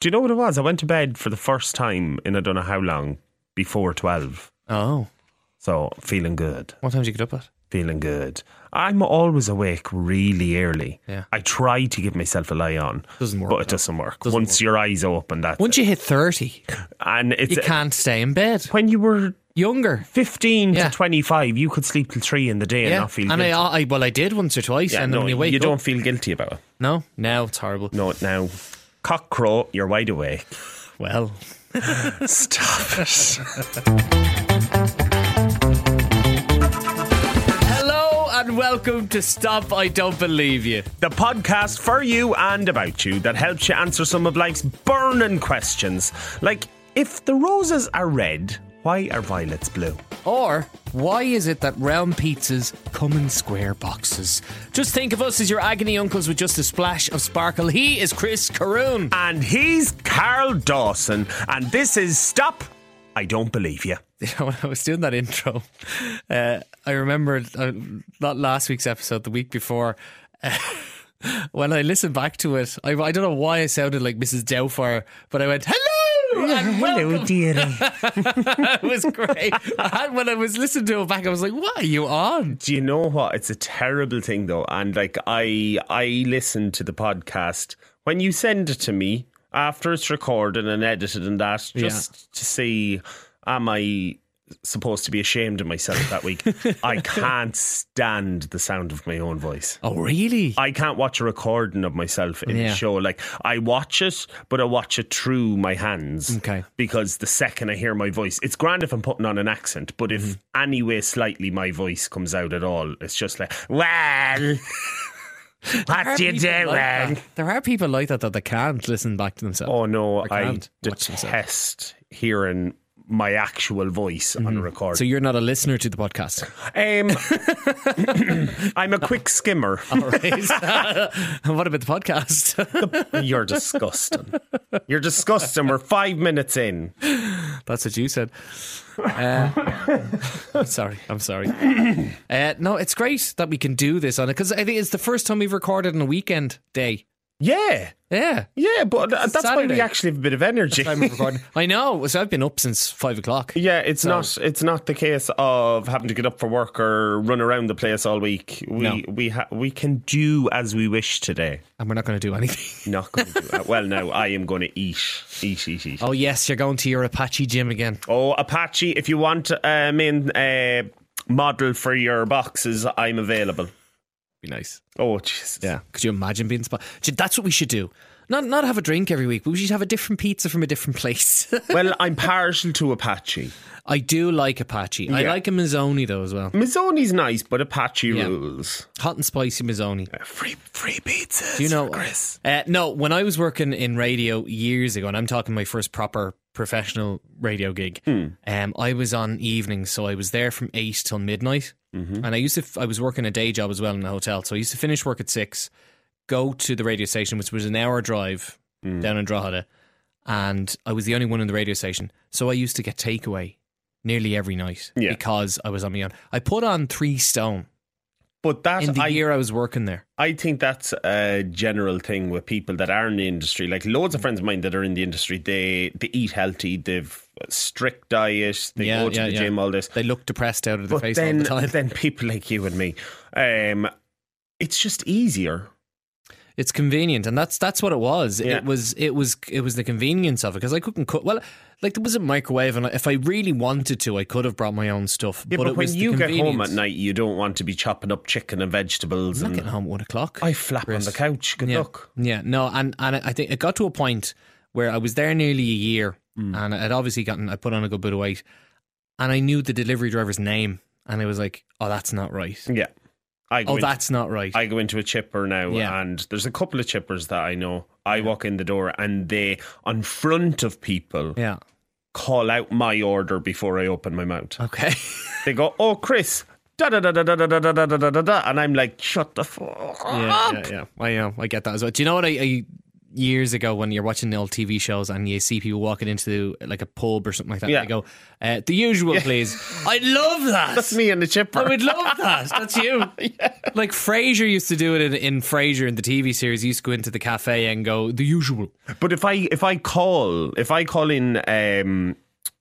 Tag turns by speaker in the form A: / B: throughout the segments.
A: Do you know what it was? I went to bed for the first time in I don't know how long before 12.
B: Oh,
A: So feeling good,
B: what time did you get up at?
A: feeling good. I'm always awake really early.
B: Yeah.
A: I try to give myself a lie on,
B: Doesn't work.
A: but it doesn't work. Once your eyes open, that
B: Once you hit thirty,
A: and it's
B: you can't stay in bed.
A: when you were
B: Younger.
A: 15
B: Yeah.
A: to 25, you could sleep till 3 in the day and
B: Yeah,
A: not feel
B: and
A: guilty.
B: I, I well, I did once or twice,
A: yeah,
B: and
A: no,
B: then when you wake
A: you
B: up,
A: don't feel guilty about it.
B: no, now it's horrible.
A: No, now, cock crow, you're wide awake.
B: Well,
A: Stop it.
B: hello and welcome to Stop. I don't believe you.
A: the podcast for you and about you that helps you answer some of life's burning questions. Like, if the roses are red, why are violets blue?
B: Or why is it that round pizzas come in square boxes? Just think of us as your agony uncles with just a splash of sparkle. He is Chris Caroon.
A: And he's Carl Dawson, and this is Stop. I don't believe you.
B: when I was doing that intro, uh, I remembered uh, not last week's episode, the week before. Uh, when I listened back to it, I, I don't know why I sounded like Mrs. Doubtfire, but I went, "Hello, and welcome."
A: dearie.
B: It was great. and when I was listening to it back, I was like, "What are you on?"
A: Do you know what? It's a terrible thing though, and like I, I listen to the podcast when you send it to me after it's recorded and edited and that, just to see am I supposed to be ashamed of myself that week? I can't stand the sound of my own voice.
B: Oh, really?
A: I can't watch a recording of myself in
B: Yeah.
A: the show. Like I watch it, but I watch it through my hands.
B: Okay.
A: Because the second I hear my voice, it's grand if I'm putting on an accent, but if
B: Mm-hmm.
A: any way slightly my voice comes out at all, it's just like, well,
B: There are
A: what you
B: people
A: doing?
B: like that. there are people like that, that they can't listen back to themselves.
A: oh no,
B: I
A: I,
B: can't watch myself.
A: detest hearing my actual voice
B: Mm-hmm.
A: on a recording.
B: So you're not a listener to the podcast.
A: um, I'm a quick skimmer.
B: All right. And what about the podcast?
A: You're disgusting. You're disgusting. We're five minutes in.
B: That's what you said. Uh, I'm sorry. I'm sorry. Uh, no, it's great that we can do this on it because I think it's the first time we've recorded on a weekend day.
A: Yeah.
B: Yeah.
A: Yeah, but th- that's why
B: Saturday.
A: we actually have a bit of energy.
B: Time of recording. I know. So I've been up since five o'clock.
A: yeah, it's not it's not the case of having to get up for work or run around the place all week. We
B: No.
A: we ha- we can do as we wish today.
B: And we're not going to do anything.
A: Not going to do that. Well, now I am going to eat, eat, eat, eat.
B: Oh, yes. You're going to your Apache gym again.
A: Oh, Apache, if you want a main uh, model for your boxes, I'm available.
B: Be nice.
A: Oh, Jesus.
B: Yeah. Could you imagine being spot? That's what we should do. Not, not have a drink every week, but we should have a different pizza from a different place.
A: Well, I'm partial to Apache.
B: I do like Apache. I
A: Yeah.
B: like a Mazzoni though as well.
A: Mazzoni's nice, but Apache
B: Yeah.
A: rules.
B: Hot and spicy Mazzoni.
A: Free free pizzas.
B: Do you know,
A: for Chris?
B: Uh, no, when I was working in radio years ago, and I'm talking my first proper professional radio gig,
A: Hmm.
B: um, I was on evenings, so I was there from eight till midnight,
A: Mm-hmm.
B: and I used to. F- I was working a day job as well in a hotel, so I used to finish work at six, go to the radio station, which was an hour drive
A: Hmm.
B: down in Drogheda, and I was the only one in the radio station, so I used to get takeaway nearly every night
A: Yeah.
B: because I was on my own. I put on three stone
A: But that
B: in the
A: I
B: year I was working there.
A: I think that's a general thing with people that are in the industry. Like loads of friends of mine that are in the industry, they they eat healthy, they've a strict diet, they
B: Yeah,
A: go to
B: yeah,
A: the
B: yeah.
A: gym, all this.
B: They looked depressed out of their
A: But
B: face
A: then,
B: all the time.
A: then people like you and me, um, it's just easier.
B: It's convenient, and that's that's what it was.
A: Yeah.
B: It was it was it was the convenience of it because I couldn't cook. Well, like there was a microwave, and if I really wanted to, I could have brought my own stuff.
A: Yeah, but,
B: it was
A: when
B: the
A: you get home at
B: convenience.
A: night, you don't want to be chopping up chicken and vegetables.
B: I'm not
A: And
B: getting home at one o'clock.
A: I flap
B: Chris.
A: on the couch. Good
B: yeah.
A: luck.
B: Yeah, no, and and I think it got to a point where I was there nearly a year,
A: Mm.
B: and I'd obviously gotten I put on a good bit of weight, and I knew the delivery driver's name, and I was like, oh, that's not right.
A: Yeah, I go
B: Oh,
A: into-
B: that's not right.
A: I go into a chipper now,
B: Yeah.
A: and there's a couple of chippers that I know. I walk in the door, and they, on front of people,
B: yeah.
A: call out my order before I open my mouth.
B: Okay.
A: They go, "Oh, Chris, da da da da da da da da da da da da," and I'm like, "Shut the fuck
B: yeah,
A: up!"
B: yeah, yeah. I know. I get that as well. Do you know what I, I years ago when you're watching the old TV shows and you see people walking into like a pub or something like that.
A: Yeah.
B: And they go, uh, the usual, please. I love that.
A: That's me and the chipper.
B: I would love that. That's you. Like Frasier used to do it in, in Frasier in the TV series. He used to go into the cafe and go, the usual.
A: But if I if I call if I call in um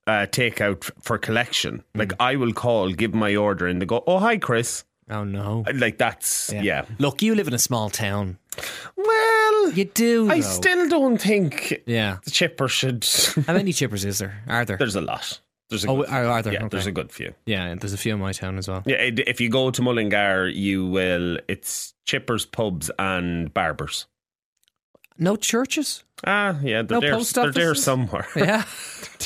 A: uh takeout for collection,
B: Mm.
A: like I will call, give my order, and they go, "Oh hi, Chris."
B: Oh, no.
A: Like that's yeah.
B: Look, you live in a small town.
A: Well,
B: You do.
A: I
B: though.
A: still don't think
B: Yeah.
A: the chipper should.
B: How many chippers is there? Are there?
A: there's a lot. There's a
B: Oh,
A: good,
B: are, are there?
A: yeah.
B: Okay.
A: There's a good few.
B: yeah, there's a few in my town as well.
A: Yeah, and if you go to Mullingar, you will. It's chippers, pubs, and barbers.
B: No churches?
A: Ah, yeah, they're
B: No
A: there.
B: post
A: They're there
B: offices?
A: somewhere.
B: Yeah.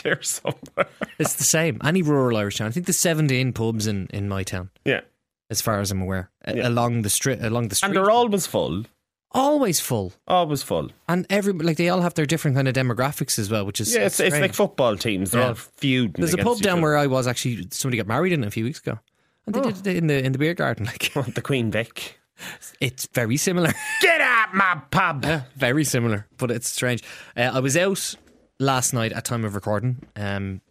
A: they're there somewhere.
B: it's the same. Any rural Irish town. I think there's 17 pubs in, in my town,
A: Yeah,
B: as far as I'm aware, a-
A: Yeah.
B: along the street. Along the street.
A: and they're always full.
B: always full.
A: Always full.
B: And every like they all have their different kind of demographics as well, which is
A: Yeah, it's, it's like
B: strange.
A: football teams. They're
B: Yeah.
A: all feuding.
B: There's a
A: against
B: pub
A: each
B: down
A: other. Oh.
B: where I was actually somebody got married in it a few weeks ago, and they did it in the in the beer garden. Like
A: the Queen Vic.
B: it's very similar,
A: Get out my pub.
B: very similar, but it's strange. Uh, I was out last night at time of recording, um,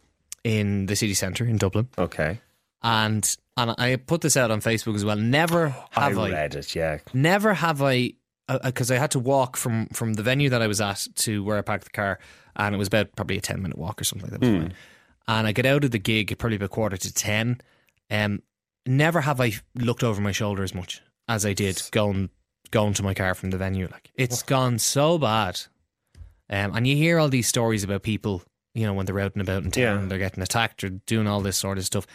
B: in the city centre in Dublin,
A: Okay,
B: and and I put this out on Facebook as well. Never have
A: I
B: I,
A: read it. Yeah,
B: never have I. Because I had to walk from from the venue that I was at to where I parked the car, and it was about probably a ten minute walk or something like that. It was fine. and I get out of the gig at probably about quarter to ten. Um, never have I looked over my shoulder as much as I did going going to my car from the venue. Like it's gone so bad. Um, and you hear all these stories about people, you know, when they're out and about in town,
A: Yeah.
B: they're getting attacked or doing all this sort of stuff.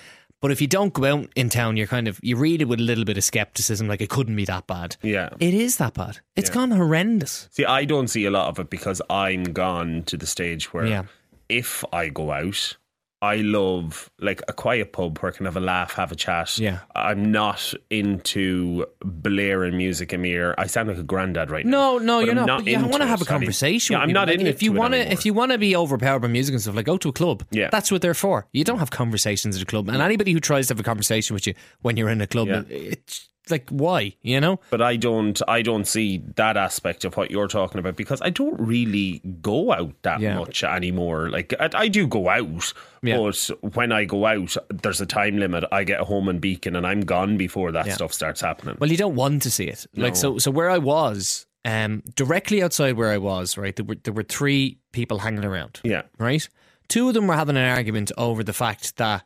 B: But if you don't go out in town, you're kind of you read it with a little bit of skepticism, like it couldn't be that bad.
A: yeah.
B: It is that bad. It's gone horrendous.
A: See, I don't see a lot of it because I'm gone to the stage where
B: Yeah.
A: if I go out, I love like a quiet pub where I can have a laugh, have a chat.
B: Yeah.
A: I'm not into blaring music in my ear. I sound like a granddad right now.
B: No, no,
A: But
B: you're
A: I'm
B: not.
A: not
B: but you
A: into
B: want to
A: it,
B: have a
A: Paddy.
B: conversation.
A: Yeah,
B: with
A: I'm
B: people.
A: not
B: Like,
A: in
B: If
A: it
B: you
A: to it
B: want to,
A: anymore.
B: if you want to be overpowered by music and stuff, like go to a club.
A: Yeah.
B: that's what they're for. You don't have conversations at a club, and anybody who tries to have a conversation with you when you're in a club,
A: Yeah.
B: it's like why? You know?
A: But I don't I don't see that aspect of what you're talking about because I don't really go out that
B: Yeah.
A: much anymore. Like I, I do go out,
B: Yeah.
A: but when I go out, there's a time limit. I get home and beacon and I'm gone before that stuff starts happening.
B: Well, you don't want to see it. Like so, so where I was, um, directly outside where I was, right? There were there were three people hanging around.
A: yeah.
B: right? Two of them were having an argument over the fact that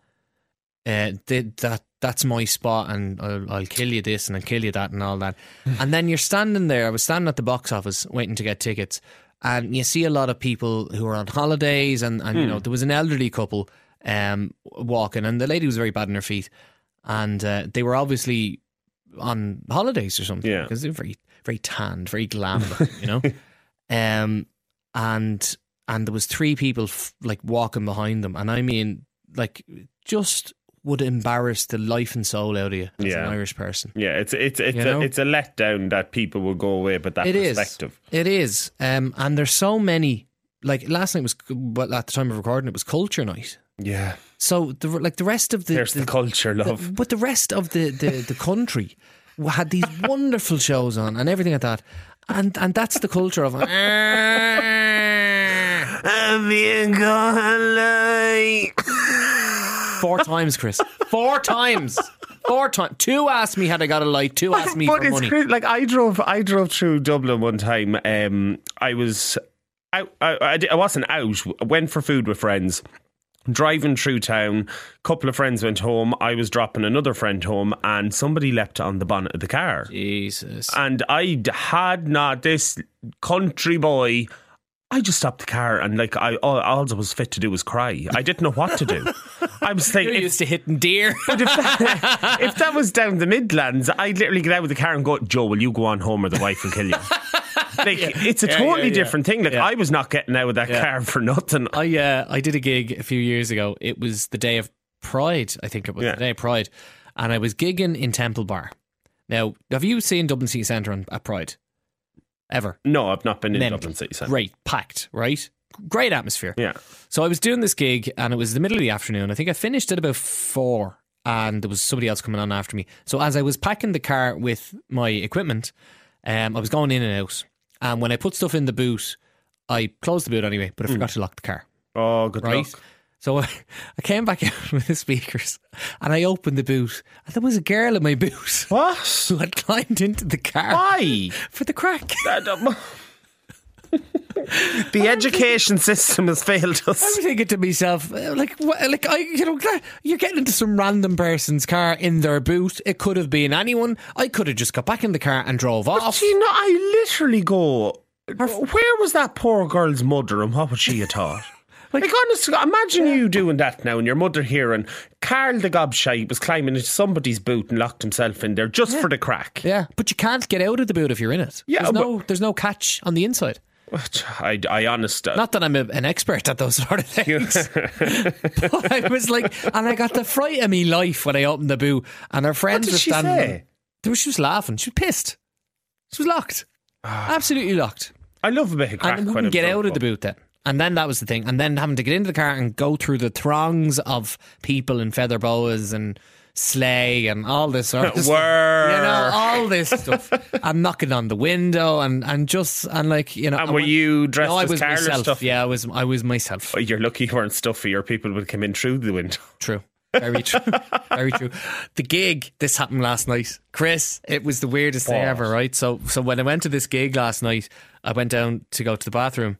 B: uh, they, that that's my spot and I'll, I'll kill you this and I'll kill you that and all that. and then you're standing there. I was standing at the box office waiting to get tickets, and you see a lot of people who are on holidays, and, and you know there was an elderly couple um, walking, and the lady was very bad on her feet, and uh, they were obviously on holidays or something
A: Yeah.
B: because they're very very tanned, very glamour, you know. Um, and and there was three people f- like walking behind them, and I mean, like, just would embarrass the life and soul out of you as
A: Yeah.
B: an Irish person.
A: Yeah, it's it's it's
B: You
A: a,
B: know?
A: it's a letdown that people will go away with that
B: It is.
A: perspective.
B: It is, um, and there's so many. Like last night was, well, at the time of recording, it was culture night.
A: Yeah,
B: So the like the rest of the,
A: there's the,
B: the-
A: culture, love.
B: But the rest of the, the, the country had these wonderful shows on and everything like that. And and that's the culture of "Ah."
A: I'm being gone like.
B: four times, Chris. Four times. Four times. Two asked me had I got a light. Two asked me
A: but
B: for
A: it's
B: money.
A: cra- like I drove I drove through Dublin one time. Um, I was out, I, I, di- I wasn't out. I went for food with friends. Driving through town, couple of friends went home. I was dropping another friend home, and somebody leapt on the bonnet of the car.
B: Jesus.
A: and I d- had not this country boy. I just stopped the car and like I all, all I was fit to do was cry. I didn't know what to do. I was
B: You're
A: thinking if,
B: used to hitting deer.
A: if that was down the Midlands, I'd literally get out of the car and go, Joe, will you go on home or the wife will kill you? Like it's a
B: Yeah,
A: totally
B: yeah, yeah.
A: different thing. Like
B: Yeah.
A: I was not getting out of that car for nothing.
B: I uh, I did a gig a few years ago. It was the day of Pride, I think it was
A: Yeah.
B: the day of Pride, and I was gigging in Temple Bar. Now, have you seen Dublin City Centre on- at Pride ever?
A: No, I've not been in
B: Mental.
A: Dublin city centre.
B: Great, packed, right? Great atmosphere.
A: Yeah.
B: So I was doing this gig and it was the middle of the afternoon. I think I finished at about four and there was somebody else coming on after me. So as I was packing the car with my equipment, um, I was going in and out And when I put stuff in the boot, I closed the boot anyway, but I forgot to lock the car.
A: Oh, good
B: Right.
A: luck.
B: So I, I came back out with the speakers and I opened the boot and there was a girl in my boot
A: What?
B: who had climbed into the car
A: Why?
B: for the crack.
A: That, um, the education system has failed
B: I'm
A: us.
B: thinking to myself, uh, like, wha- like I, you know, gla- you're getting into some random person's car in their boot. It could have been anyone. I could have just got back in the car and drove off.
A: Do you know? I literally go. Where was that poor girl's mother, and what would she have thought? Like, honest to God, imagine you doing that now, and your mother hearing Carl the gobshite was climbing into somebody's boot and locked himself in there just for the crack.
B: Yeah, but you can't get out of the boot if you're in it.
A: Yeah,
B: there's no, there's no catch on the inside.
A: I, I honest, uh,
B: Not that I'm a, an expert at those sort of things, but I was like, and I got the fright of me life when I opened the boot, and her friends
A: did
B: were
A: she
B: standing.
A: say?
B: There was- She was laughing. She was pissed. She was locked.
A: Ah.
B: Absolutely locked.
A: I love a bit of crack.
B: and
A: when
B: wouldn't
A: I'm
B: get
A: drunk,
B: out of
A: but-
B: the boot then. And then that was the thing. And then having to get into the car and go through the throngs of people in feather boas and sleigh and all this sort of stuff.
A: Were.
B: You know, all this stuff. I'm knocking on the window and, and just, and like, you know.
A: And
B: I
A: were
B: went-
A: you dressed
B: No, I
A: as
B: was
A: Carl or
B: myself.
A: stuff?
B: Yeah, I was, I was myself.
A: You're lucky you weren't stuffy, or people would come in through the window.
B: True. Very true. Very true. The gig, this happened last night. Chris, it was the weirdest thing
A: What?
B: ever, right? So so when I went to this gig last night, I went down to go to the bathroom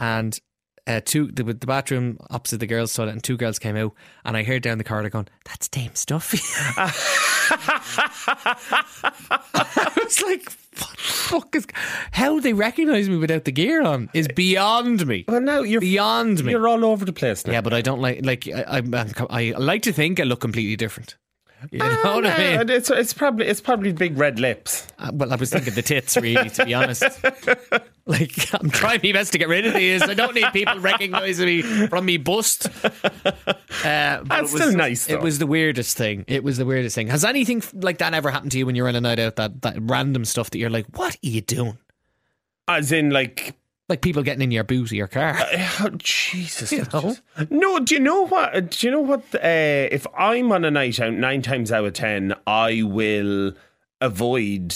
B: and uh, two the, the bathroom opposite the girls toilet and two girls came out and I heard down the corridor going, That's Dame Stuffy. I was like, what the fuck is how they recognise me without the gear on is beyond me.
A: Well, now you're
B: Beyond me.
A: you're all over the place now.
B: Yeah, but I don't like like I, I'm, I'm com- I like to think I look completely different. You know
A: Ah,
B: what I mean?
A: And it's it's probably it's probably big red lips.
B: Uh, well, I was thinking the tits, really, to be honest. Like I'm trying my best to get rid of these. I don't need people recognizing me from me bust. Uh, but
A: That's
B: it was,
A: still nice, though.
B: It was the weirdest thing. It was the weirdest thing. Has anything f- like that ever happened to you when you're on a night out? That that random stuff that you're like, what are you doing?
A: As in, like,
B: Like people getting in your boot or your car.
A: oh, Jesus.
B: You know?
A: No, do you know what? Do you know what? Uh, if I'm on a night out, nine times out of ten, I will avoid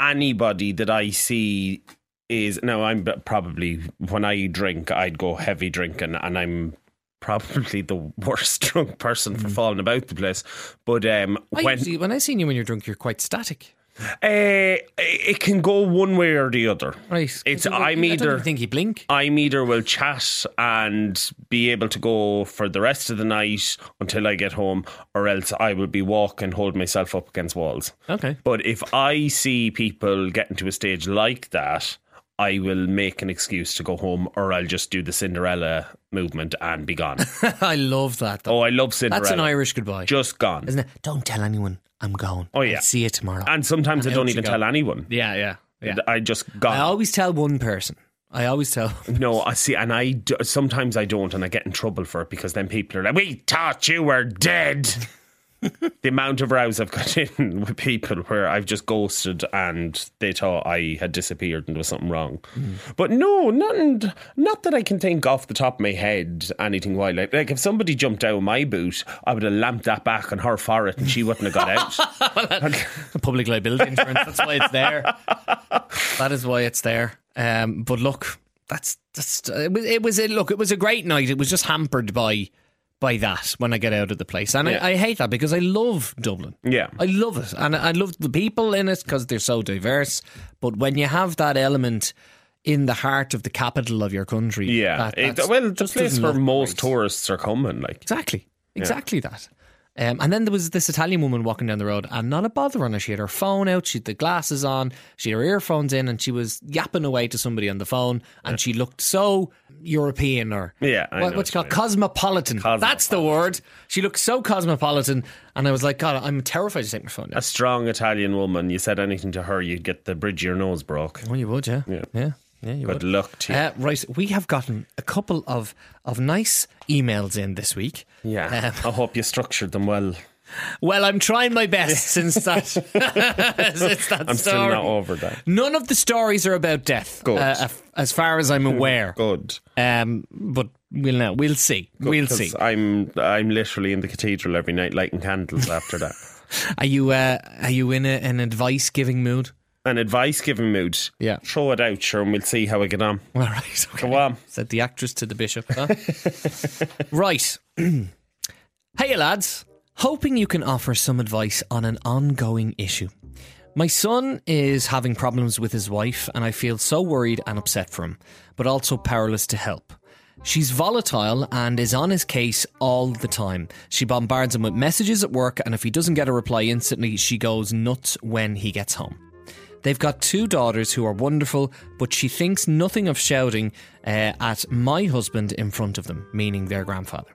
A: anybody that I see. Is now I'm b- probably when I drink, I'd go heavy drinking, and I'm probably the worst drunk person
B: Mm.
A: for falling about the place. But um,
B: I
A: when
B: usually- when I seen you when you're drunk, you're quite static.
A: Uh, it can go one way or the other.
B: Right?
A: It's-
B: I don't-
A: I'm
B: I don't
A: either-
B: even think you blink.
A: I'm either will chat and be able to go for the rest of the night until I get home, or else I will be walking, hold myself up against walls.
B: Okay.
A: But if I see people getting to a stage like that, I will make an excuse to go home, or I'll just do the Cinderella movement and be gone.
B: I love that. Though.
A: oh, I love Cinderella.
B: That's an Irish goodbye,
A: Just gone.
B: isn't it? Don't tell anyone I'm going.
A: Oh, yeah.
B: I'll see you tomorrow.
A: And sometimes I
B: And
A: don't
B: out you
A: even
B: go.
A: tell anyone.
B: yeah, yeah, yeah.
A: I just
B: I
A: gone.
B: always tell one person. I always tell.
A: No, I see, and I do, sometimes I don't, and I get in trouble for it because then people are like, "We thought you were dead." the amount of rows I've got in with people where I've just ghosted and they thought I had disappeared and there was something wrong.
B: Hmm.
A: But no, nothing. Not that I can think off the top of my head anything wild. Like, like if somebody jumped out of my boot, I would have lamped that back on her forehead and she wouldn't have got out.
B: Public liability insurance. That's why it's there. That is why it's there. Um, but look, that's that's it was it was it, look it was a great night. It was just hampered by by that when I get out of the place, and
A: Yeah.
B: I, I hate that because I love Dublin.
A: Yeah.
B: I love it, and I I love the people in it because they're so diverse. But when you have that element in the heart of the capital of your country,
A: Yeah,
B: that-
A: It-
B: that's-
A: well, the
B: just
A: place
B: doesn't
A: where
B: look
A: most
B: right.
A: tourists are coming, like.
B: Exactly. Exactly that. Um, and then there was this Italian woman walking down the road and not a bother on her. She had her phone out, she had the glasses on, she had her earphones in, and she was yapping away to somebody on the phone. And she looked so European or
A: Yeah, I
B: what,
A: know
B: what's it
A: what
B: called? Cosmopolitan. That's the word. She looked so cosmopolitan. And I was like, God, I'm terrified to take my phone down.
A: a strong Italian woman, you said anything to her, you'd get the bridge of your nose broke.
B: Well, you would, yeah. Yeah. Yeah, you
A: Good
B: would.
A: luck to you.
B: Uh, right, we have gotten a couple of, of nice emails in this week. Um,
A: yeah. I hope you structured them well.
B: Well, I'm trying my best since that since that
A: I'm still
B: story.
A: not over that.
B: None of the stories are about death,
A: Good.
B: uh, af- as far as I'm aware.
A: Good.
B: Um, but we'll know. We'll see. we'll
A: 'Cause
B: see.
A: I'm I'm literally in the cathedral every night lighting candles after that.
B: Are you uh, are you in a, an advice giving mood?
A: an advice giving mood.
B: Yeah.
A: Throw it out, sure, and we'll see how we get on.
B: All right. Okay.
A: Go on.
B: Said the actress to the bishop. huh? right. hey, lads. Hoping you can offer some advice on an ongoing issue. My son is having problems with his wife, and I feel so worried and upset for him, but also powerless to help. She's volatile and is on his case all the time. She bombards him with messages at work, and if he doesn't get a reply instantly, she goes nuts when he gets home. They've got two daughters who are wonderful, but she thinks nothing of shouting uh, at my husband in front of them, meaning their grandfather.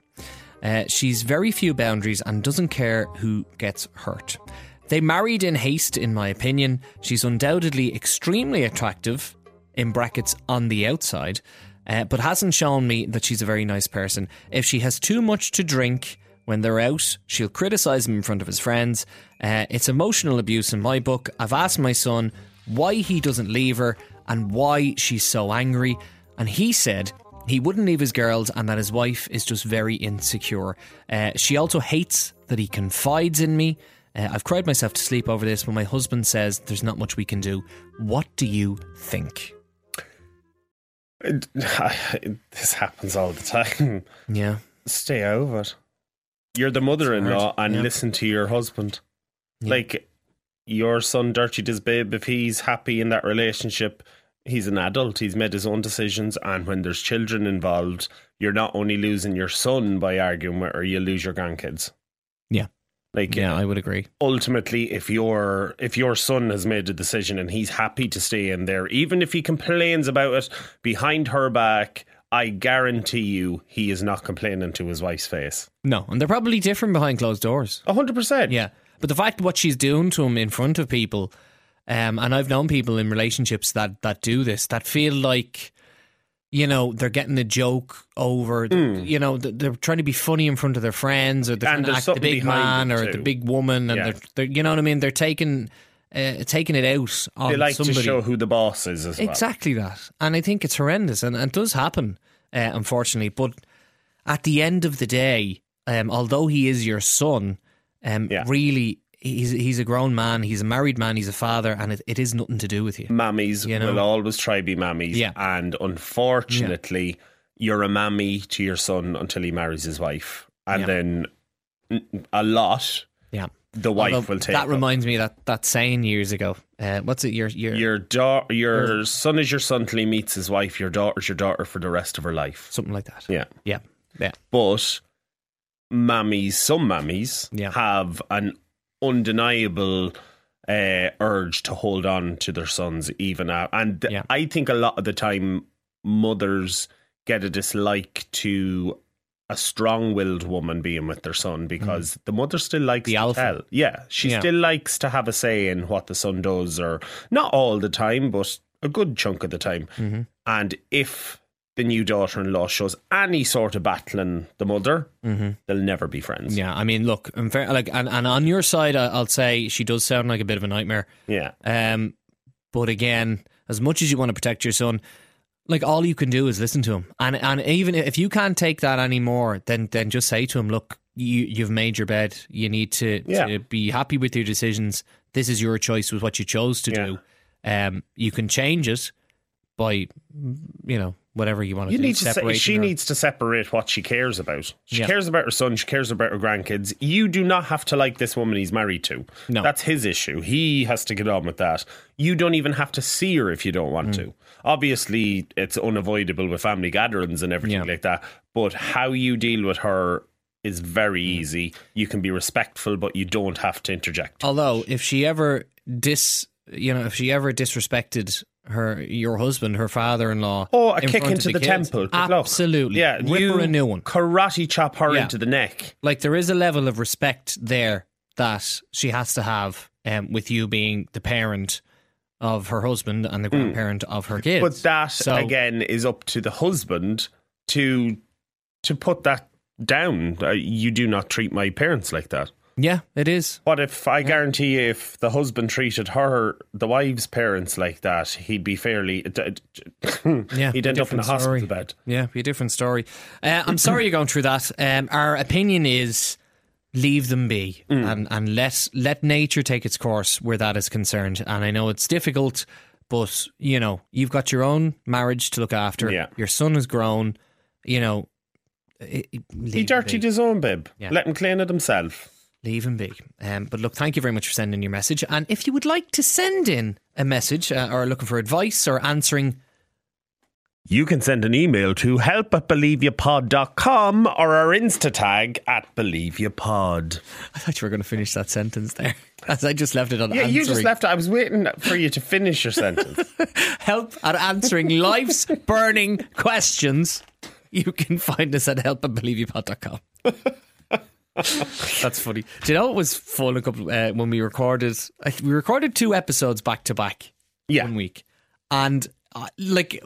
B: Uh, she's very few boundaries and doesn't care who gets hurt. They married in haste, in my opinion. She's undoubtedly extremely attractive, in brackets on the outside, uh, but hasn't shown me that she's a very nice person. If she has too much to drink when they're out, she'll criticise him in front of his friends. Uh, it's emotional abuse in my book. I've asked my son why he doesn't leave her and why she's so angry, and he said he wouldn't leave his girls and that his wife is just very insecure. Uh, she also hates that he confides in me. Uh, I've cried myself to sleep over this, but my husband says there's not much we can do. What do you think?
A: this happens all the time.
B: Yeah.
A: Stay over it. You're the mother in law and
B: yeah.
A: listen to your husband.
B: Yeah.
A: Like, your son dirtied his babe. If he's happy in that relationship, he's an adult. He's made his own decisions. And when there's children involved, you're not only losing your son by arguing with her, you lose your grandkids.
B: Yeah.
A: Like,
B: Yeah, I would agree.
A: ultimately if your if your son has made a decision and he's happy to stay in there even if he complains about it behind her back i guarantee you he is not complaining to his wife's face
B: No, and they're probably different behind closed doors.
A: 100%
B: Yeah, but the fact what she's doing to him in front of people, um, and I've known people in relationships that that do this that feel like, you know, they're getting the joke over. You know, th- they're trying to be funny in front of their friends, or they're
A: Hmm. And
B: trying to
A: there's
B: act the
A: something
B: big
A: behind
B: man
A: it
B: or the
A: too.
B: big woman, and
A: Yeah.
B: they're, they're you know what I mean. They're taking uh, taking it out on
A: they like
B: somebody.
A: to show who the boss is as well
B: Exactly that. And I think it's horrendous and, and it does happen, uh, unfortunately. But at the end of the day, um, although he is your son, um,
A: Yeah.
B: really, he's, he's a grown man, he's a married man, he's a father, and it, it is nothing to do with you.
A: mammies
B: You know?
A: will always try be mammies
B: Yeah.
A: and unfortunately you're a mammy to your son until he marries his wife and
B: Yeah.
A: then mm, a lot
B: Yeah.
A: the wife
B: Although
A: will take
B: that
A: them.
B: reminds me of that, that saying years ago. Uh, what's it? Your, your,
A: Your daughter, your son is your son till he meets his wife. Your daughter's your daughter for the rest of her life.
B: something like that.
A: Yeah,
B: Yeah. Yeah.
A: but mammies, some mammies
B: Yeah.
A: have an undeniable uh, urge to hold on to their sons, even out. And th-
B: Yeah.
A: I think a lot of the time, mothers get a dislike to a strong-willed woman being with their son because the mother still likes
B: Mm. The
A: to
B: alpha.
A: tell. Yeah, she
B: Yeah.
A: still likes to have a say in what the son does, or not all the time, but a good chunk of the time.
B: Mm-hmm.
A: And if the new daughter-in-law shows any sort of battling the mother, they'll never be friends.
B: Mm-hmm. Yeah, I mean, look, I'm fair, like, and, and on your side, I, I'll say she does sound like a bit of a nightmare.
A: Yeah.
B: Um, but again, as much as you want to protect your son, like all you can do is listen to him, and and even if you can't take that anymore, then then just say to him, look, you you've made your bed. You need to,
A: Yeah.
B: to be happy with your decisions. This is your choice with what you chose to
A: Yeah.
B: do. Um, you can change it by, you know, whatever you want to
A: You
B: do.
A: need to se-
B: separating
A: she
B: or-
A: needs to separate what she cares about. She
B: Yeah.
A: cares about her son, she cares about her grandkids. You do not have to like this woman he's married to.
B: No.
A: That's his issue. He has to get on with that. You don't even have to see her if you don't
B: Mm.
A: want to. Obviously, it's unavoidable with family gatherings and everything
B: Yeah.
A: like that, but how you deal with her is very
B: Mm.
A: easy. You can be respectful, but you don't have to interject.
B: Although, if she ever dis, you know, if she ever disrespected her, your husband, her father-in-law,
A: Oh, a
B: in
A: kick
B: front
A: into
B: of
A: the,
B: kids,
A: temple. Good luck.
B: absolutely,
A: Yeah,
B: rip
A: you
B: her a new one.
A: Karate chop her
B: Yeah.
A: into the neck.
B: Like there is a level of respect there that she has to have, um, with you being the parent of her husband and the grandparent of her kids.
A: Hmm. But that
B: So-
A: again is up to the husband to to put that down. Uh, you do not treat my parents like that.
B: yeah, it is.
A: What if I guarantee you if the husband treated her, the wife's parents like that, he'd be fairly.
B: Yeah,
A: he'd end up
B: a
A: in a
B: different
A: hospital
B: story.
A: bed.
B: Yeah, be a different story. Uh, I'm sorry you're going through that. Um, our opinion is leave them be
A: Mm.
B: and, and let let nature take its course where that is concerned. And I know it's difficult, but you know, you've got your own marriage to look after.
A: Yeah.
B: Your son has grown, you know. i- i- leave
A: He
B: him
A: dirtied
B: be.
A: his own bib.
B: Yeah.
A: Let him clean it himself.
B: Leave him be. Um, but look, thank you very much for sending your message. And if you would like to send in a message uh, or looking for advice or answering
A: You can send an email to help at believeyoupod.com or our Insta tag at believeyoupod.
B: I thought you were going to finish that sentence there. As I just left it on
A: Yeah,
B: answering.
A: you just left. I was waiting for you to finish your sentence.
B: help at answering life's burning questions. You can find us at help at believeyoupod.com. That's funny. Do you know it was fun a couple uh, when we recorded? I th- We recorded two episodes back to back
A: Yeah.
B: one week, and uh, like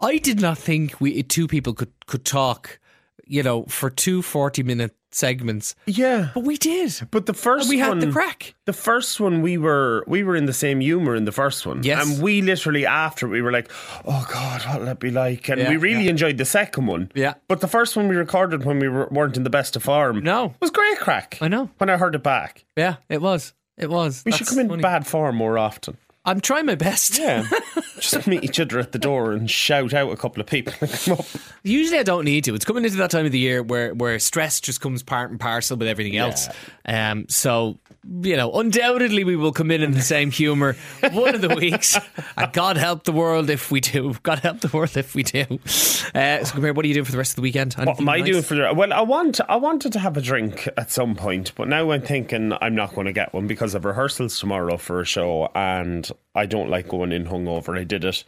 B: I did not think we two people could could talk, you know, for two 40 minute segments,
A: Yeah.
B: but we did.
A: But the first
B: We had
A: one,
B: the crack.
A: The first one, we were we were in the same humour in the first one,
B: Yes.
A: And we literally after we were like, "Oh God, what'll that be like?" And
B: Yeah,
A: we really enjoyed the second one,
B: Yeah.
A: But the first one we recorded when we were, weren't in the best of form,
B: No.
A: was great crack.
B: I know.
A: When I heard it back,
B: Yeah, it was. It was.
A: we should come in bad form more often.
B: I'm trying my best.
A: Yeah, just meet each other at the door and shout out a couple of people. and come up.
B: Usually I don't need to. It's coming into that time of the year where, where stress just comes part and parcel with everything else. Um, so, you know, undoubtedly we will come in in the same humour one of the weeks. And God help the world if we do. God help the world if we do. Uh, so, Gamir, what are you doing for the rest of the weekend?
A: What am I doing for the? Well, I want I wanted to have a drink at some point, but now I'm thinking I'm not going to get one because of rehearsals tomorrow for a show, and I don't like going in hungover. I did it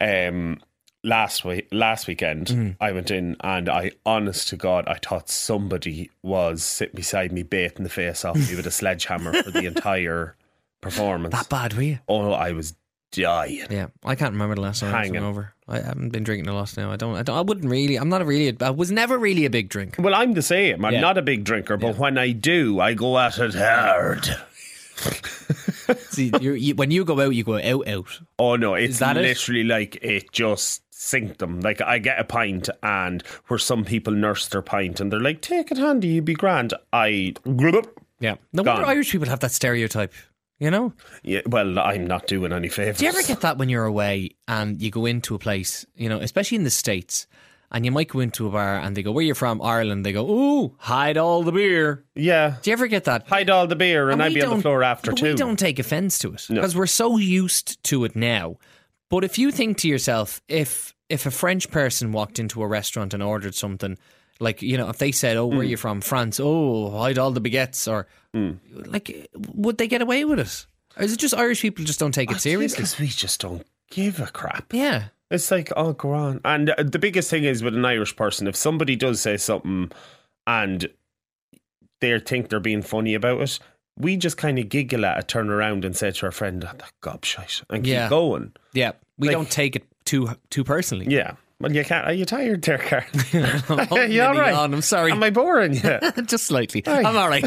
A: um, last week. Last weekend,
B: Mm.
A: I went in and I, honest to God, I thought somebody was sitting beside me, baiting the face off me with a sledgehammer for the entire performance.
B: That bad, were you?
A: oh, I was dying.
B: Yeah, I can't remember the last time I was
A: Hanging.
B: over. I haven't been drinking a lot now. I don't. I don't. I wouldn't really. I'm not a really. I was never really a big drinker.
A: Well, I'm the same. I'm
B: Yeah.
A: not a big drinker, but when I do, I go at it hard.
B: See, you're, you, when you go out, you go out out.
A: Oh no, it's
B: that it?
A: literally like it just sinked them. Like I get a pint and where some people nurse their pint and they're like, Take it handy, you'd be grand. I
B: Yeah. No
A: Gone.
B: wonder Irish people have that stereotype. You know.
A: yeah, well, I'm not doing any favours.
B: Do you ever get that when you're away and you go into a place, you know, especially in the States, and you might go into a bar and they go, Where you from? Ireland. They go, Ooh, hide all the beer.
A: yeah.
B: Do you ever get that?
A: Hide all the beer and, I'd
B: we
A: be on the
B: don't-
A: floor after
B: but
A: too.
B: We don't take offence to it because we're so used to it now. But if you think to yourself, if if a French person walked into a restaurant and ordered something, like you know, if they said, "Oh, where are
A: Mm.
B: you from? France? Oh, hide all the baguettes," or like, would they get away with it? Or is it just Irish people just don't take it seriously?
A: Because we just don't give a crap.
B: Yeah.
A: It's like, oh, go on. And uh, the biggest thing is with an Irish person, if somebody does say something and they think they're being funny about it, we just kind of giggle at it, turn around and say to our friend, oh, that gobshite, and keep
B: Yeah.
A: going.
B: Yeah, we
A: Like-
B: don't take it too too personally.
A: Yeah. Well, you can't. Are you tired there, Carl?
B: You're
A: you all right?
B: I'm sorry,
A: Am I boring you?
B: just slightly. I'm all right.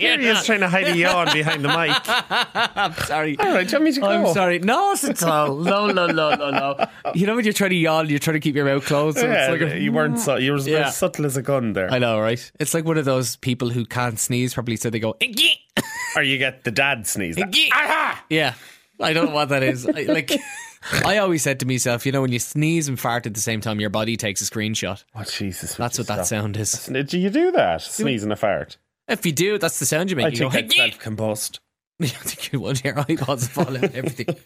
A: Here he is trying to hide a yawn behind the mic.
B: I'm sorry.
A: All right, do you want me to go?
B: I'm sorry. No, it's at all. Oh. No, no, no, no, no. You know when you're trying to yawn, you're trying to keep your mouth closed. So
A: Yeah,
B: it's like a,
A: you weren't so. You were as
B: Yeah.
A: subtle as a gun there.
B: I know, right? It's like one of those people who can't sneeze. Probably so they go. "Iggy,
A: or you get the dad sneeze.
B: iggy." Yeah, I don't know what that is. I, like, I always said to myself, you know, when you sneeze and fart at the same time, your body takes a screenshot.
A: Oh Jesus!
B: That's what that sound is.
A: sounds. Do you do that? Sneeze and a fart.
B: If you do, that's the sound you make.
A: I
B: you go,
A: think I'd
B: "Iggy."
A: self-combust.
B: I think you would. Your eyeballs would fall out and everything.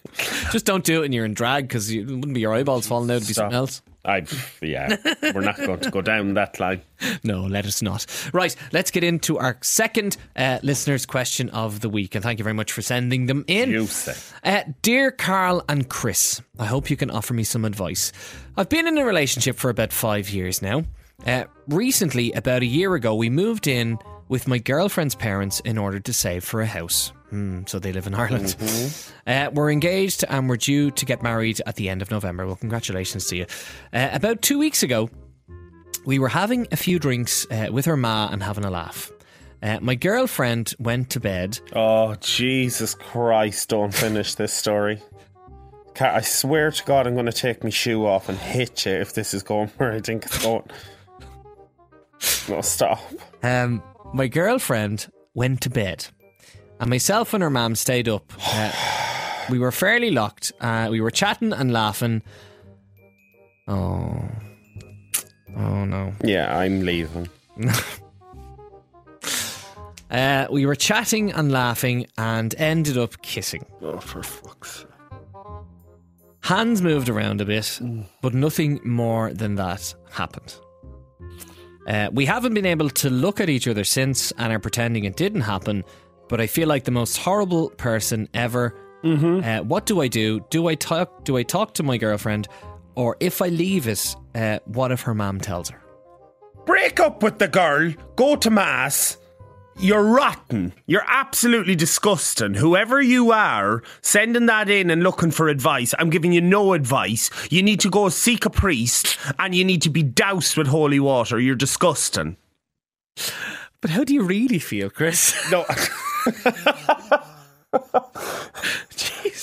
B: Just don't do it when you're in drag because it wouldn't be your eyeballs falling out. It'd be
A: Stop.
B: something else.
A: I, yeah, we're not going to go down that line.
B: No, let us not. Right, let's get into our second uh, listener's question of the week. And thank you very much for sending them in.
A: You say.
B: Uh, Dear Carl and Chris, I hope you can offer me some advice. I've been in a relationship for about five years now. Uh, recently, about a year ago, we moved in with my girlfriend's parents in order to save for a house. Hmm, so they live in Ireland. Uh, we're engaged and we're due to get married at the end of November. Well, congratulations to you. Uh, about two weeks ago, we were having a few drinks uh, with her ma and having a laugh. Uh, my girlfriend went to bed.
A: Oh Jesus Christ! Don't finish this story. Ca- I swear to God, I'm going to take my shoe off and hit you if this is going where I think it's going. No, stop.
B: Um, my girlfriend went to bed, and myself and her mum stayed up. Uh, we were fairly locked. Uh, we were chatting and laughing. Oh, oh no.
A: Yeah, I'm leaving.
B: Uh, we were chatting and laughing and ended up kissing.
A: Oh, for fuck's sake.
B: Hands moved around a bit, but nothing more than that happened. Uh, we haven't been able to look at each other since and are pretending it didn't happen, but I feel like the most horrible person ever. Uh, what do I do? Do I talk? Do I talk to my girlfriend, or if I leave it, uh, what if her mom tells her?
A: Break up with the girl, go to mass. You're rotten. You're absolutely disgusting. Whoever you are, sending that in and looking for advice, I'm giving you no advice. You need to go seek a priest and you need to be doused with holy water. You're disgusting.
B: But how do you really feel, Chris?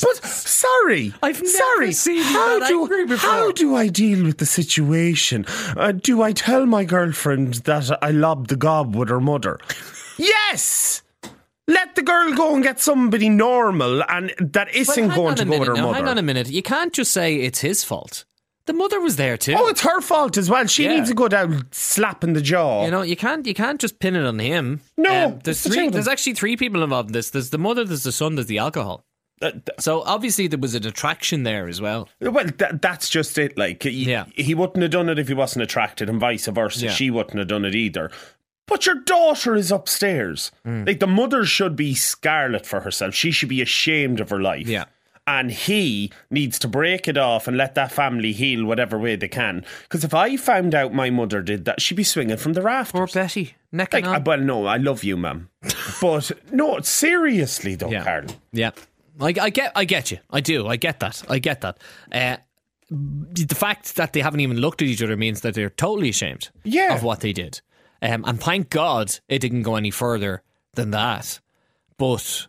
A: No. But sorry,
B: I've never
A: sorry.
B: seen you
A: how
B: that
A: do,
B: angry before.
A: How do I deal with the situation? Uh, do I tell my girlfriend that I lobbed the gob with her mother? yes. Let the girl go and get somebody normal, and that isn't
B: hang
A: going
B: on
A: to
B: a
A: go with her
B: minute now,
A: mother.
B: Hang on a minute. You can't just say it's his fault. The mother was there too.
A: Oh, it's her fault as well. She
B: Yeah.
A: needs a good old slap in the jaw.
B: You know, you can't you can't just pin it on him. Um,
A: No, it's
B: there's
A: the
B: three.
A: children.
B: There's actually three people involved in this. There's the mother, there's the son, there's the alcohol. So obviously there was an attraction there as well.
A: Well, that, that's just it. Like, he,
B: Yeah.
A: he wouldn't have done it if he wasn't attracted, and vice versa.
B: Yeah.
A: She wouldn't have done it either. But your daughter is upstairs.
B: Mm.
A: Like, the mother should be scarlet for herself. She should be ashamed of her life.
B: Yeah.
A: And he needs to break it off and let that family heal whatever way they can. Because if I found out my mother did that, she'd be swinging from the rafters.
B: Poor Betty, necking
A: Like, uh,
B: on.
A: well, no, I love you, ma'am. But no, seriously though,
B: Yeah.
A: Carl.
B: yeah, I, I get, I get you. I do. I get that. I get that. Uh, the fact that they haven't even looked at each other means that they're totally ashamed
A: Yeah.
B: of what they did. Um, and thank God it didn't go any further than that. But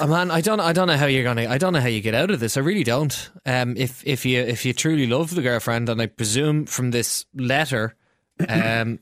B: oh man, I don't I don't know how you're gonna I don't know how you get out of this. I really don't. Um, if if you if you truly love the girlfriend, and I presume from this letter, um,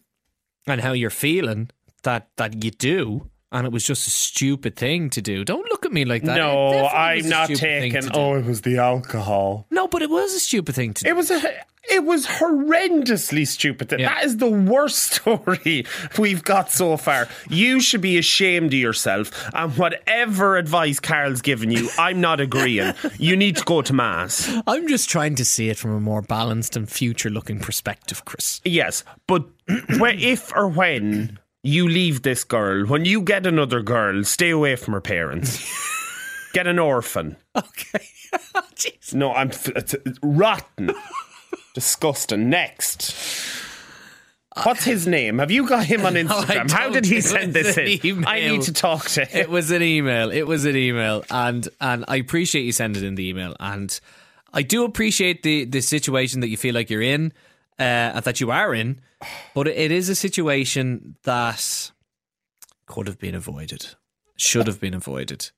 B: and how you're feeling that that you do. And it was just a stupid thing to do. Don't look at me like that. Uh, It
A: No,
B: definitely was
A: I'm
B: a
A: not
B: stupid thing to
A: taking.
B: do.
A: Oh, it was the alcohol.
B: No, but it was a stupid thing to do.
A: It was a, it was horrendously stupid. That
B: Yeah.
A: That is the worst story we've got so far. You should be ashamed of yourself. And whatever advice Carl's given you, I'm not agreeing. you need to go to mass.
B: I'm just trying to see it from a more balanced and future looking perspective, Chris.
A: Yes, but whe- if or when you leave this girl, when you get another girl, stay away from her parents. get an orphan.
B: Okay. Jeez.
A: No, I'm f- it's it's rotten. Disgusting. Next. What's his name? Have you got him on Instagram? How
B: don't.
A: did he
B: It
A: send
B: was
A: this
B: an
A: in? I
B: email.
A: need to talk to him.
B: It was an email. It was an email, and and I appreciate you sending in the email, and I do appreciate the the situation that you feel like you're in, uh, and that you are in, but it is a situation that could have been avoided, should have been avoided.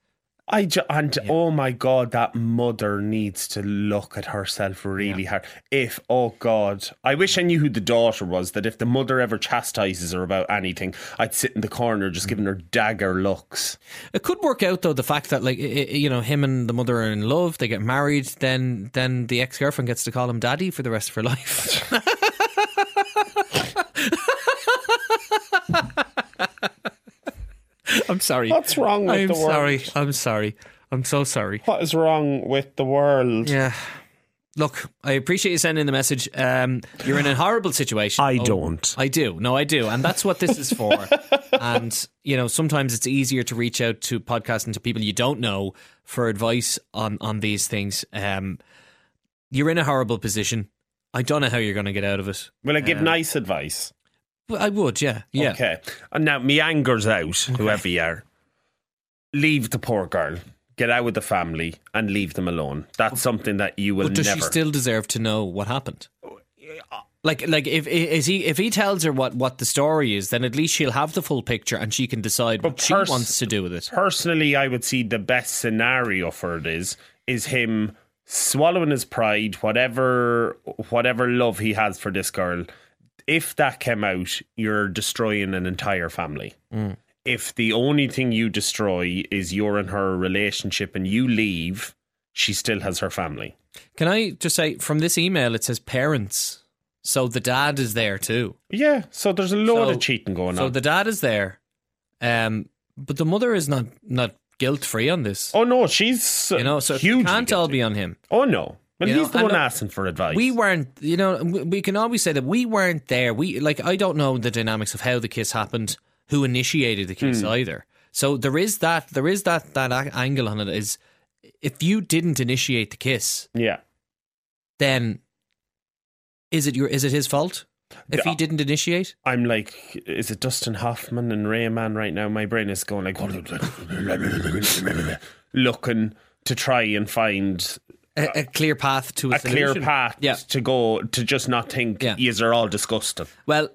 A: I ju- and oh my god, that mother needs to look at herself really hard. If oh god, I wish I knew who the daughter was. That if the mother ever chastises her about anything, I'd sit in the corner just giving her dagger looks.
B: It could work out though the fact that like i i- you know him and the mother are in love, they get married, then then the ex girlfriend gets to call him daddy for the rest of her life. I'm sorry.
A: What's wrong with
B: I'm
A: the world?
B: sorry. I'm sorry. I'm so sorry.
A: What is wrong with the world?
B: Yeah. Look, I appreciate you sending the message. Um, you're in a horrible situation.
A: I
B: Oh,
A: don't.
B: I do. No, I do. And that's what this is for. and, you know, sometimes it's easier to reach out to podcasts and to people you don't know for advice on, on these things. Um, you're in a horrible position. I don't know how you're going to get out of it.
A: Will I give nice advice?
B: But I would, yeah. Yeah.
A: Okay. And now me anger's out, whoever you are. Leave the poor girl. Get out with the family and leave them alone. That's something that you will
B: But does
A: never. Oh,
B: she still deserve to know what happened? Like, like if is he if he tells her what, what the story is, then at least she'll have the full picture and she can decide what she
A: pers-
B: wants to do with it.
A: Personally, I would see the best scenario for it is is him swallowing his pride, whatever whatever love he has for this girl. if that came out, you're destroying an entire family.
B: Mm.
A: If the only thing you destroy is your and her relationship and you leave, she still has her family.
B: Can I just say from this email it says parents. So the dad is there too.
A: Yeah, so there's a lot
B: So-
A: of cheating going
B: So
A: on.
B: the dad is there. Um but the mother is not not guilt free on this.
A: oh no, she's
B: you know, so it
A: hugely
B: can't all
A: guilty.
B: be on him.
A: Oh no. Well,
B: You know,
A: he's the
B: and
A: one
B: look,
A: asking for advice.
B: We weren't, you know, we we can always say that we weren't there. We like I don't know the dynamics of how the kiss happened, who initiated the kiss
A: Hmm.
B: either. So there is that there is that that a- angle on it is if you didn't initiate the kiss,
A: yeah.
B: then is it your is it his fault? If he didn't initiate?
A: I'm like, is it Dustin Hoffman and Rayman right now? My brain is going like, looking to try and find
B: A, a clear path to a,
A: a clear
B: solution.
A: path
B: Yeah.
A: to go to just not think
B: Yeah.
A: yes they're all disgusting.
B: Well,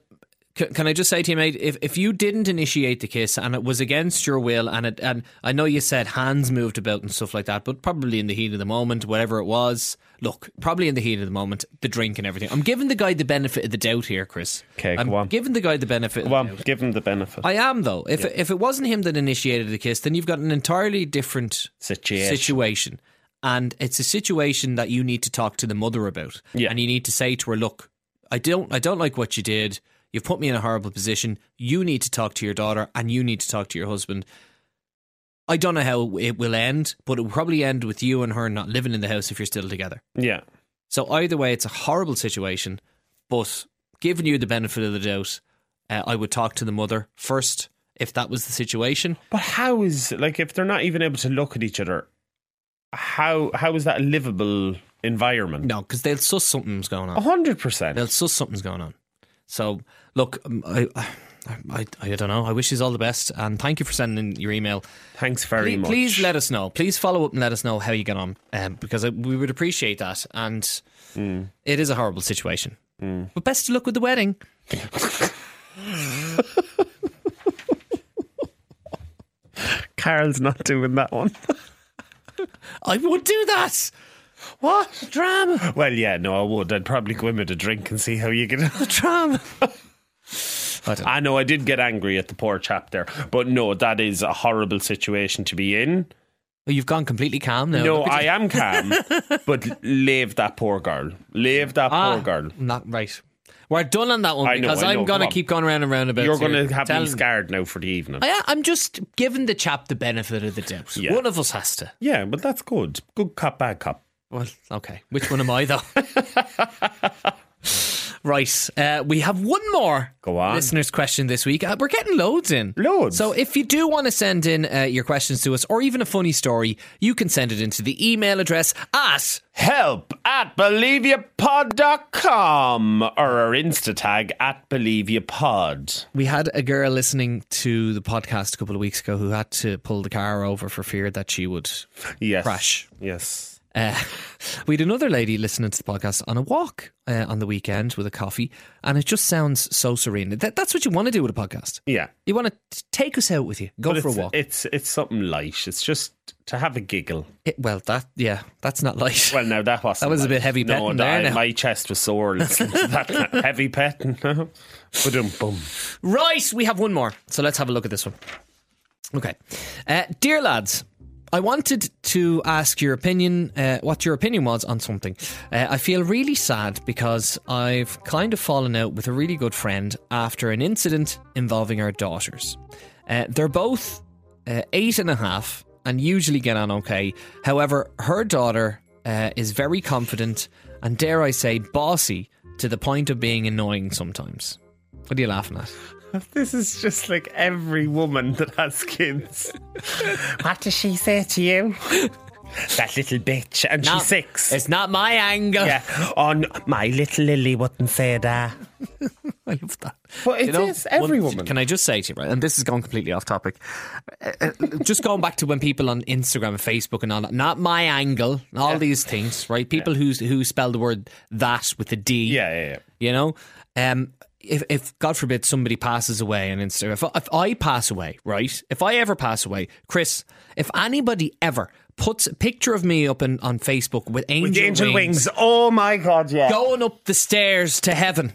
B: c- can I just say to you, mate, if, if you didn't initiate the kiss and it was against your will, and it, and I know you said hands moved about and stuff like that, but probably in the heat of the moment, whatever it was, look, probably in the heat of the moment, the drink and everything. I'm giving the guy the benefit of the doubt here, Chris.
A: 'Kay,
B: I'm
A: go on.
B: giving the guy the benefit.
A: Well,
B: of the doubt.
A: give them the benefit.
B: I am though. If if it wasn't him that initiated the kiss, then you've got an entirely different
A: Situation.
B: situation. And it's a situation that you need to talk to the mother about.
A: Yeah.
B: And you need to say to her, look, I don't I don't like what you did. You've put me in a horrible position. You need to talk to your daughter and you need to talk to your husband. I don't know how it will end, but it will probably end with you and her not living in the house if you're still together.
A: yeah.
B: So either way, it's a horrible situation. But giving you the benefit of the doubt, uh, I would talk to the mother first if that was the situation.
A: But how is like if they're not even able to look at each other, how how is that a livable environment?
B: No, because they'll suss something's going on.
A: A hundred percent.
B: They'll suss something's going on. So look, um, I, I, I, I don't know. I wish you all the best, and thank you for sending in your email.
A: Thanks very
B: please,
A: much.
B: please let us know. Please follow up and let us know how you get on, um, because I, we would appreciate that. And
A: Hmm.
B: it is a horrible situation. But best of luck with the wedding.
A: Carol's not doing that one.
B: I would do that. What drama?
A: Well, yeah, no, I would. I'd probably go in with a drink and see how you get on.
B: Drama. I don't know.
A: I know I did get angry at the poor chap there, but no, that is a horrible situation to be in.
B: Oh, You've gone completely calm now.
A: No,
B: Look at
A: I
B: you.
A: am calm, but leave that poor girl. Leave that
B: Ah,
A: poor girl.
B: Not right. We're done on that one
A: I know,
B: because
A: I know, come
B: I'm gonna
A: on.
B: keep going round and round about.
A: You're going to have
B: Tell
A: me
B: him.
A: scarred now for the evening.
B: I, I'm just giving the chap the benefit of the doubt.
A: Yeah.
B: One of us has to.
A: yeah, but that's good. Good cop, bad cop.
B: Well, okay. Which one am I, though? right. Uh, we have one more
A: Go on.
B: listener's question this week. Uh, we're getting loads in.
A: Loads.
B: So if you do want to send in uh, your questions to us or even a funny story, you can send it into the email address at.
A: Help at believeyourpod.com or our Insta tag at believeyourpod.
B: We had a girl listening to the podcast a couple of weeks ago who had to pull the car over for fear that she would
A: Yes.
B: crash.
A: Yes.
B: Uh, we had another lady listening to the podcast on a walk uh, on the weekend with a coffee, and it just sounds so serene. That, that's what you want to do with a podcast.
A: Yeah.
B: You want to take us out with you, go
A: But
B: for a
A: it's-
B: walk.
A: It's it's something light. It's just to have a giggle.
B: It- well, that yeah, that's not light.
A: Well, no, that wasn't.
B: That was a
A: light.
B: bit heavy
A: no,
B: petting
A: that-
B: there now.
A: My chest was sore. Listening to that heavy petting. Ba-dum bum.
B: Right, we have one more. So let's have a look at this one. Okay. Uh, dear lads, I wanted to ask your opinion, uh, what your opinion was on something. Uh, I feel really sad because I've kind of fallen out with a really good friend after an incident involving our daughters. Uh, they're both uh, eight and a half and usually get on okay. However, her daughter uh, is very confident and, dare I say, bossy to the point of being annoying sometimes. What are you laughing at?
A: This is just like every woman that has kids. what does she say to you? That little bitch, and
B: No,
A: she's six.
B: It's not my anger.
A: Yeah, on my little Lily wouldn't say that.
B: I love that.
A: But it
B: You know,
A: is every
B: one-
A: woman.
B: Can I just say to you, right? And this is going completely off topic. Uh, uh, just going back to when people on Instagram and Facebook and all that, not my angle, all these things, right? People who's who spell the word that with a D.
A: Yeah, yeah, yeah.
B: You know, um, if, if God forbid somebody passes away on Instagram, if, if I pass away, right? If I ever pass away, Chris, if anybody ever puts a picture of me up in, on Facebook with angel,
A: Angel wings. Oh my god, yeah.
B: going up the stairs to heaven.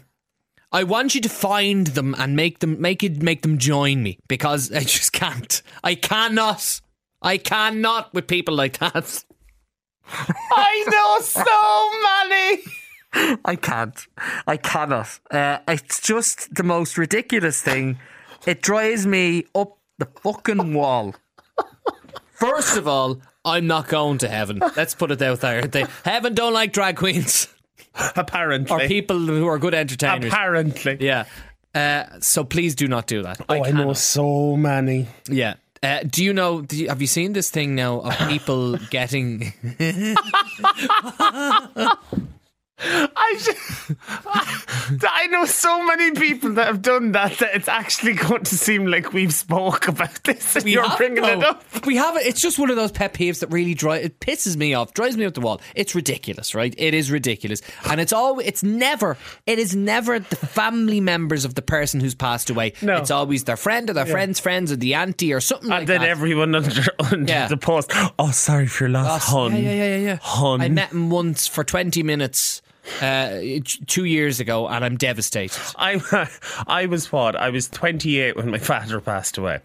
B: I want you to find them and make them make it make them join me because I just can't. I cannot. I cannot with people like that. I know so many. I can't. I cannot. Uh, it's just the most ridiculous thing. It drives me up the fucking wall. First of all, I'm not going to heaven. Let's put it out there. They, heaven don't like drag queens
A: Apparently.
B: or people who are good entertainers.
A: Apparently.
B: Yeah. Uh, so please do not do that.
A: Oh, I know so many.
B: Yeah. Uh, do you know? Do you, have you seen this thing now of people getting?
A: I, just, I know so many people that have done that that it's actually going to seem like we've spoke about this and you're
B: have
A: bringing it
B: though.
A: up.
B: We have it. It's just one of those pet peeves that really dri It pisses me off. Drives me up the wall. It's ridiculous, right? It is ridiculous, and it's all. It's never. It is never the family members of the person who's passed away.
A: No.
B: It's always their friend or their friend's friends or the auntie or something. like
A: And then
B: that.
A: everyone under, under
B: Yeah.
A: the post, oh, sorry for your loss, hon.
B: Yeah, yeah, yeah, yeah, yeah.
A: Hun.
B: I met him once for 20 minutes uh, t- two years ago, and I'm devastated.
A: I, I was what? I was 28 when my father passed away.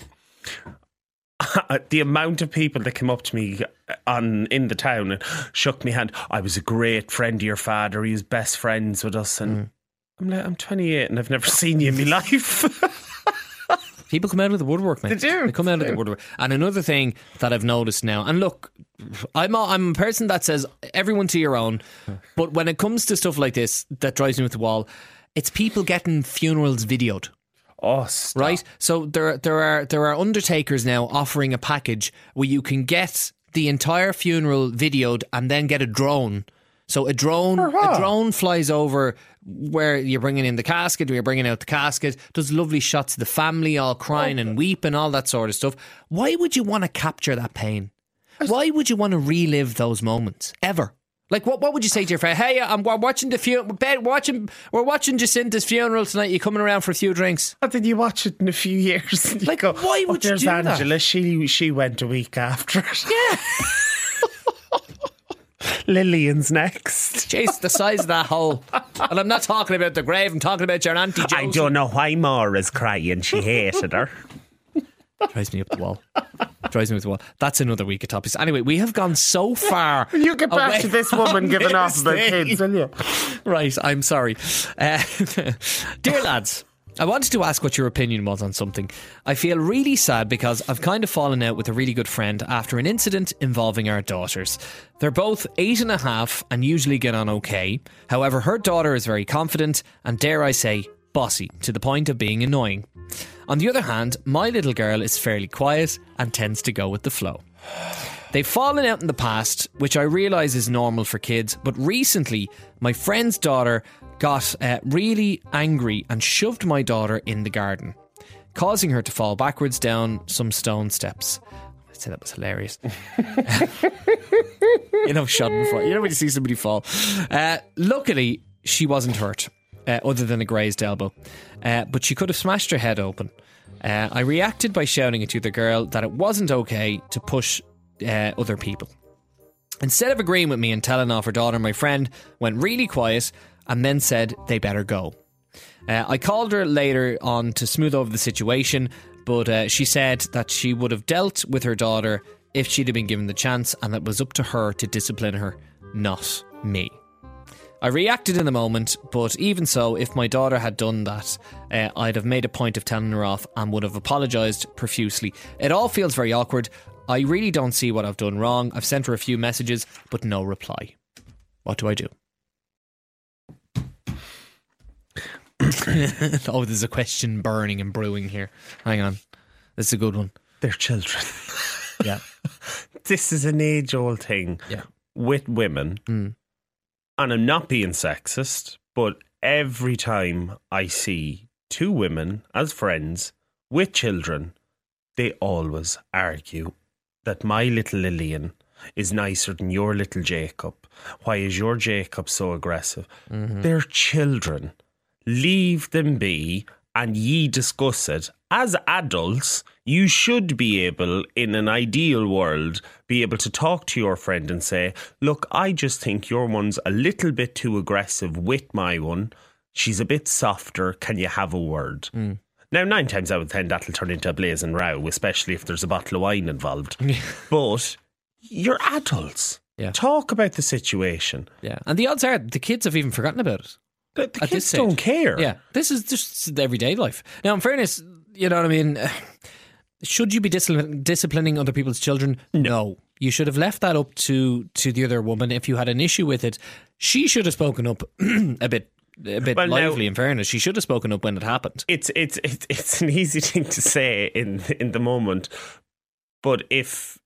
A: Uh, the amount of people that came up to me uh, on in the town and shook me hand. I was a great friend of your father. He was best friends with us, and
B: Hmm.
A: I'm like, I'm 28 and I've never seen you in my life.
B: People come out of the woodwork, mate.
A: They do,
B: They come out of the woodwork. And another thing that I've noticed now, and look, I'm a, I'm a person that says everyone to your own, but when it comes to stuff like this that drives me with the wall, it's people getting funerals videoed.
A: oh, stop.
B: right? So there there are there are undertakers now offering a package where you can get the entire funeral videoed and then get a drone. So a drone a drone flies over where you're bringing in the casket, where you're bringing out the casket, does lovely shots of the family all crying and weeping, all that sort of stuff. Why would you want to capture that pain? Why would you want to relive those moments ever? Like what? What would you say to your friend? Hey, I'm we're watching the funeral. Watching, we're watching Jacinta's funeral tonight. You coming around for a few drinks?
A: And then you watch it in a few years. And
B: Like,
A: you go,
B: why
A: "Oh,
B: would you
A: there's
B: do that?"
A: Angela. She she went a week after. it. Lillian's next.
B: Jeez, the size of that hole. And I'm not talking about the grave, I'm talking about your auntie Josie.
A: I don't know why Maura's crying. She hated her.
B: Drives me up the wall. Drives me up the wall. That's another week of topics. Anyway, we have gone so far.
A: You get back
B: away
A: to this woman
B: from
A: giving off
B: this
A: about
B: thing.
A: kids, will you?
B: Right, I'm sorry. Uh, dear lads, I wanted to ask what your opinion was on something. I feel really sad because I've kind of fallen out with a really good friend after an incident involving our daughters. They're both eight and a half and usually get on okay. However, her daughter is very confident and, dare I say, bossy to the point of being annoying. On the other hand, my little girl is fairly quiet and tends to go with the flow. They've fallen out in the past, which I realise is normal for kids, but recently my friend's daughter got uh, really angry and shoved my daughter in the garden, causing her to fall backwards down some stone steps. I'd say that was hilarious. you know, Schadenfreude. You know when you see somebody fall. Uh, luckily, she wasn't hurt, uh, other than a grazed elbow, uh, but she could have smashed her head open. Uh, I reacted by shouting at the other girl that it wasn't okay to push uh, other people. Instead of agreeing with me and telling off her daughter, my friend went really quiet and then said they better go. Uh, I called her later on to smooth over the situation, but uh, she said that she would have dealt with her daughter if she'd have been given the chance and it was up to her to discipline her, not me. I reacted in the moment, but even so, if my daughter had done that, uh, I'd have made a point of telling her off and would have apologised profusely. It all feels very awkward. I really don't see what I've done wrong. I've sent her a few messages, but no reply. What do I do? oh, there's a question burning and brewing here. Hang on. This is a good one.
A: They're children.
B: Yeah.
A: This is an age old thing
B: Yeah.
A: with women. And I'm not being sexist, but every time I see two women as friends with children, they always argue that my little Lillian is nicer than your little Jacob. Why is your Jacob so aggressive? They're children. Leave them be and ye discuss it. As adults, you should be able, in an ideal world, be able to talk to your friend and say, Look, I just think your one's a little bit too aggressive with my one. she's a bit softer. Can you have a word?
B: Hmm.
A: Now, nine times out of ten, that'll turn into a blazing row, especially if there's a bottle of wine involved. but you're adults.
B: Yeah.
A: Talk about the situation.
B: Yeah. And the odds are the kids have even forgotten about it.
A: The, the
B: At
A: kids
B: this
A: don't
B: stage.
A: care.
B: Yeah. This is just everyday life. Now, in fairness, you know what I mean? Should you be discipl- disciplining other people's children? No. You should have left that up to, to the other woman if you had an issue with it. She should have spoken up a bit a bit
A: Well, now-
B: lively, in fairness. She should have spoken up when it happened.
A: It's it's it's it's an easy thing to say in in the moment, but if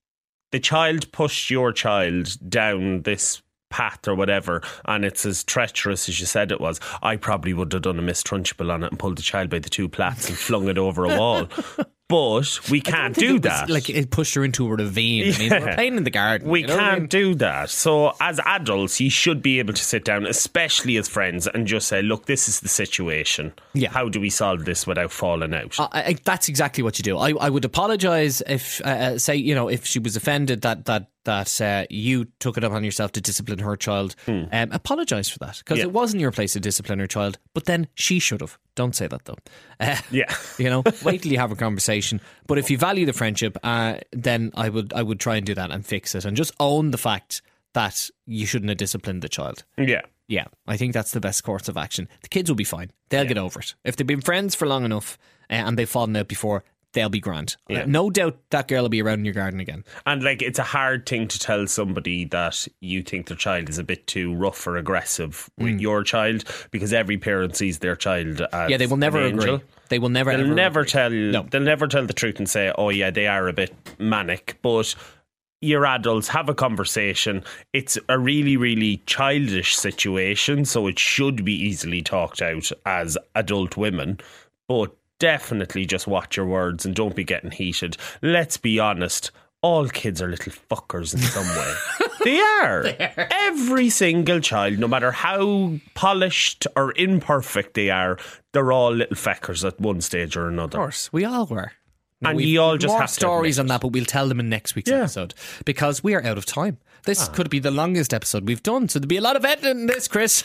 A: the child pushed your child down this path or whatever, and it's as treacherous as you said it was, I probably would have done a Miss Trunchbull on it and pulled the child by the two plaits and flung it over a wall. But we can't
B: I think it
A: do
B: was
A: that.
B: Like it pushed her into a ravine. I mean, we're
A: Yeah.
B: playing in the garden.
A: We
B: you know what I
A: can't
B: mean?
A: do that. So, as adults, you should be able to sit down, especially as friends, and just say, "Look, this is the situation.
B: Yeah. Uh,
A: How do we solve this without falling out?"
B: I, I, that's exactly what you do. I, I would apologize if, uh, uh, say, you know, if she was offended that that that uh, you took it upon yourself to discipline her child. Um, apologize for that because
A: Hmm. Yeah.
B: it wasn't your place to discipline her child. But then she should have. Don't say that though. Uh,
A: yeah,
B: You know, wait till you have a conversation. But if you value the friendship, uh, then I would I would try and do that and fix it and just own the fact that you shouldn't have disciplined the child.
A: yeah.
B: Yeah, I think that's the best course of action. The kids will be fine. They'll get over it. If they've been friends for long enough uh, and they've fallen out before, they'll be grand. Uh,
A: Yeah.
B: No doubt that girl will be around in your garden again.
A: And like, it's a hard thing to tell somebody that you think their child is a bit too rough or aggressive with your child, because every parent sees their child. As
B: Mm. Yeah, they will never
A: an angel.
B: agree. They will never,
A: They'll
B: ever
A: never tell.
B: No.
A: They'll never tell the truth and say, "Oh yeah, they are a bit manic." But your adults have a conversation. It's a really, really childish situation, so it should be easily talked out as adult women. But definitely, just watch your words and don't be getting heated. Let's be honest. All kids are little fuckers in some way. they, are. Every single child, no matter how polished or imperfect they are, they're all little feckers at one stage or another.
B: Of course, we all were.
A: And
B: we've
A: you all just
B: more
A: have to
B: stories
A: admit
B: on that, but we'll tell them in next week's
A: Yeah. Ah.
B: episode because we are out of time. This could be the longest episode we've done, so there'll be a lot of editing in this, Chris.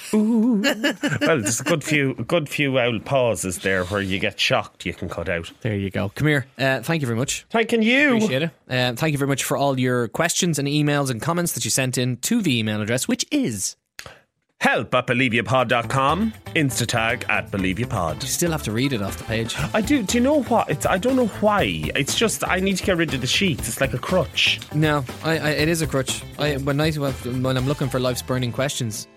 A: well, there's a good few good few old pauses there where you get shocked you can cut out.
B: There you go. Come here. Uh, thank you very much.
A: Thanking you.
B: Appreciate it. Uh, thank you very much for all your questions and emails and comments that you sent in to the email address, which is
A: Help at believeyoupod.com, Instatag at believeyoupod.
B: still have to read it off the page.
A: I do do you know what? It's I don't know why. It's just I need to get rid of the sheets. It's like a crutch.
B: No, I, I, it is a crutch. I, when I when I'm looking for life's burning questions,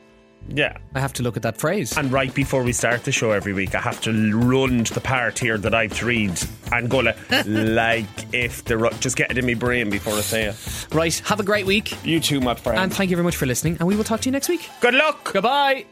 A: Yeah.
B: I have to look at that phrase.
A: And right before we start the show every week, I have to run to the part here that I've to read and go like, like if the ru- just get it in my brain before I say it.
B: Right. Have a great week,
A: You too, my friend.
B: and thank you very much for listening. And we will talk to you next week.
A: Good luck.
B: Goodbye.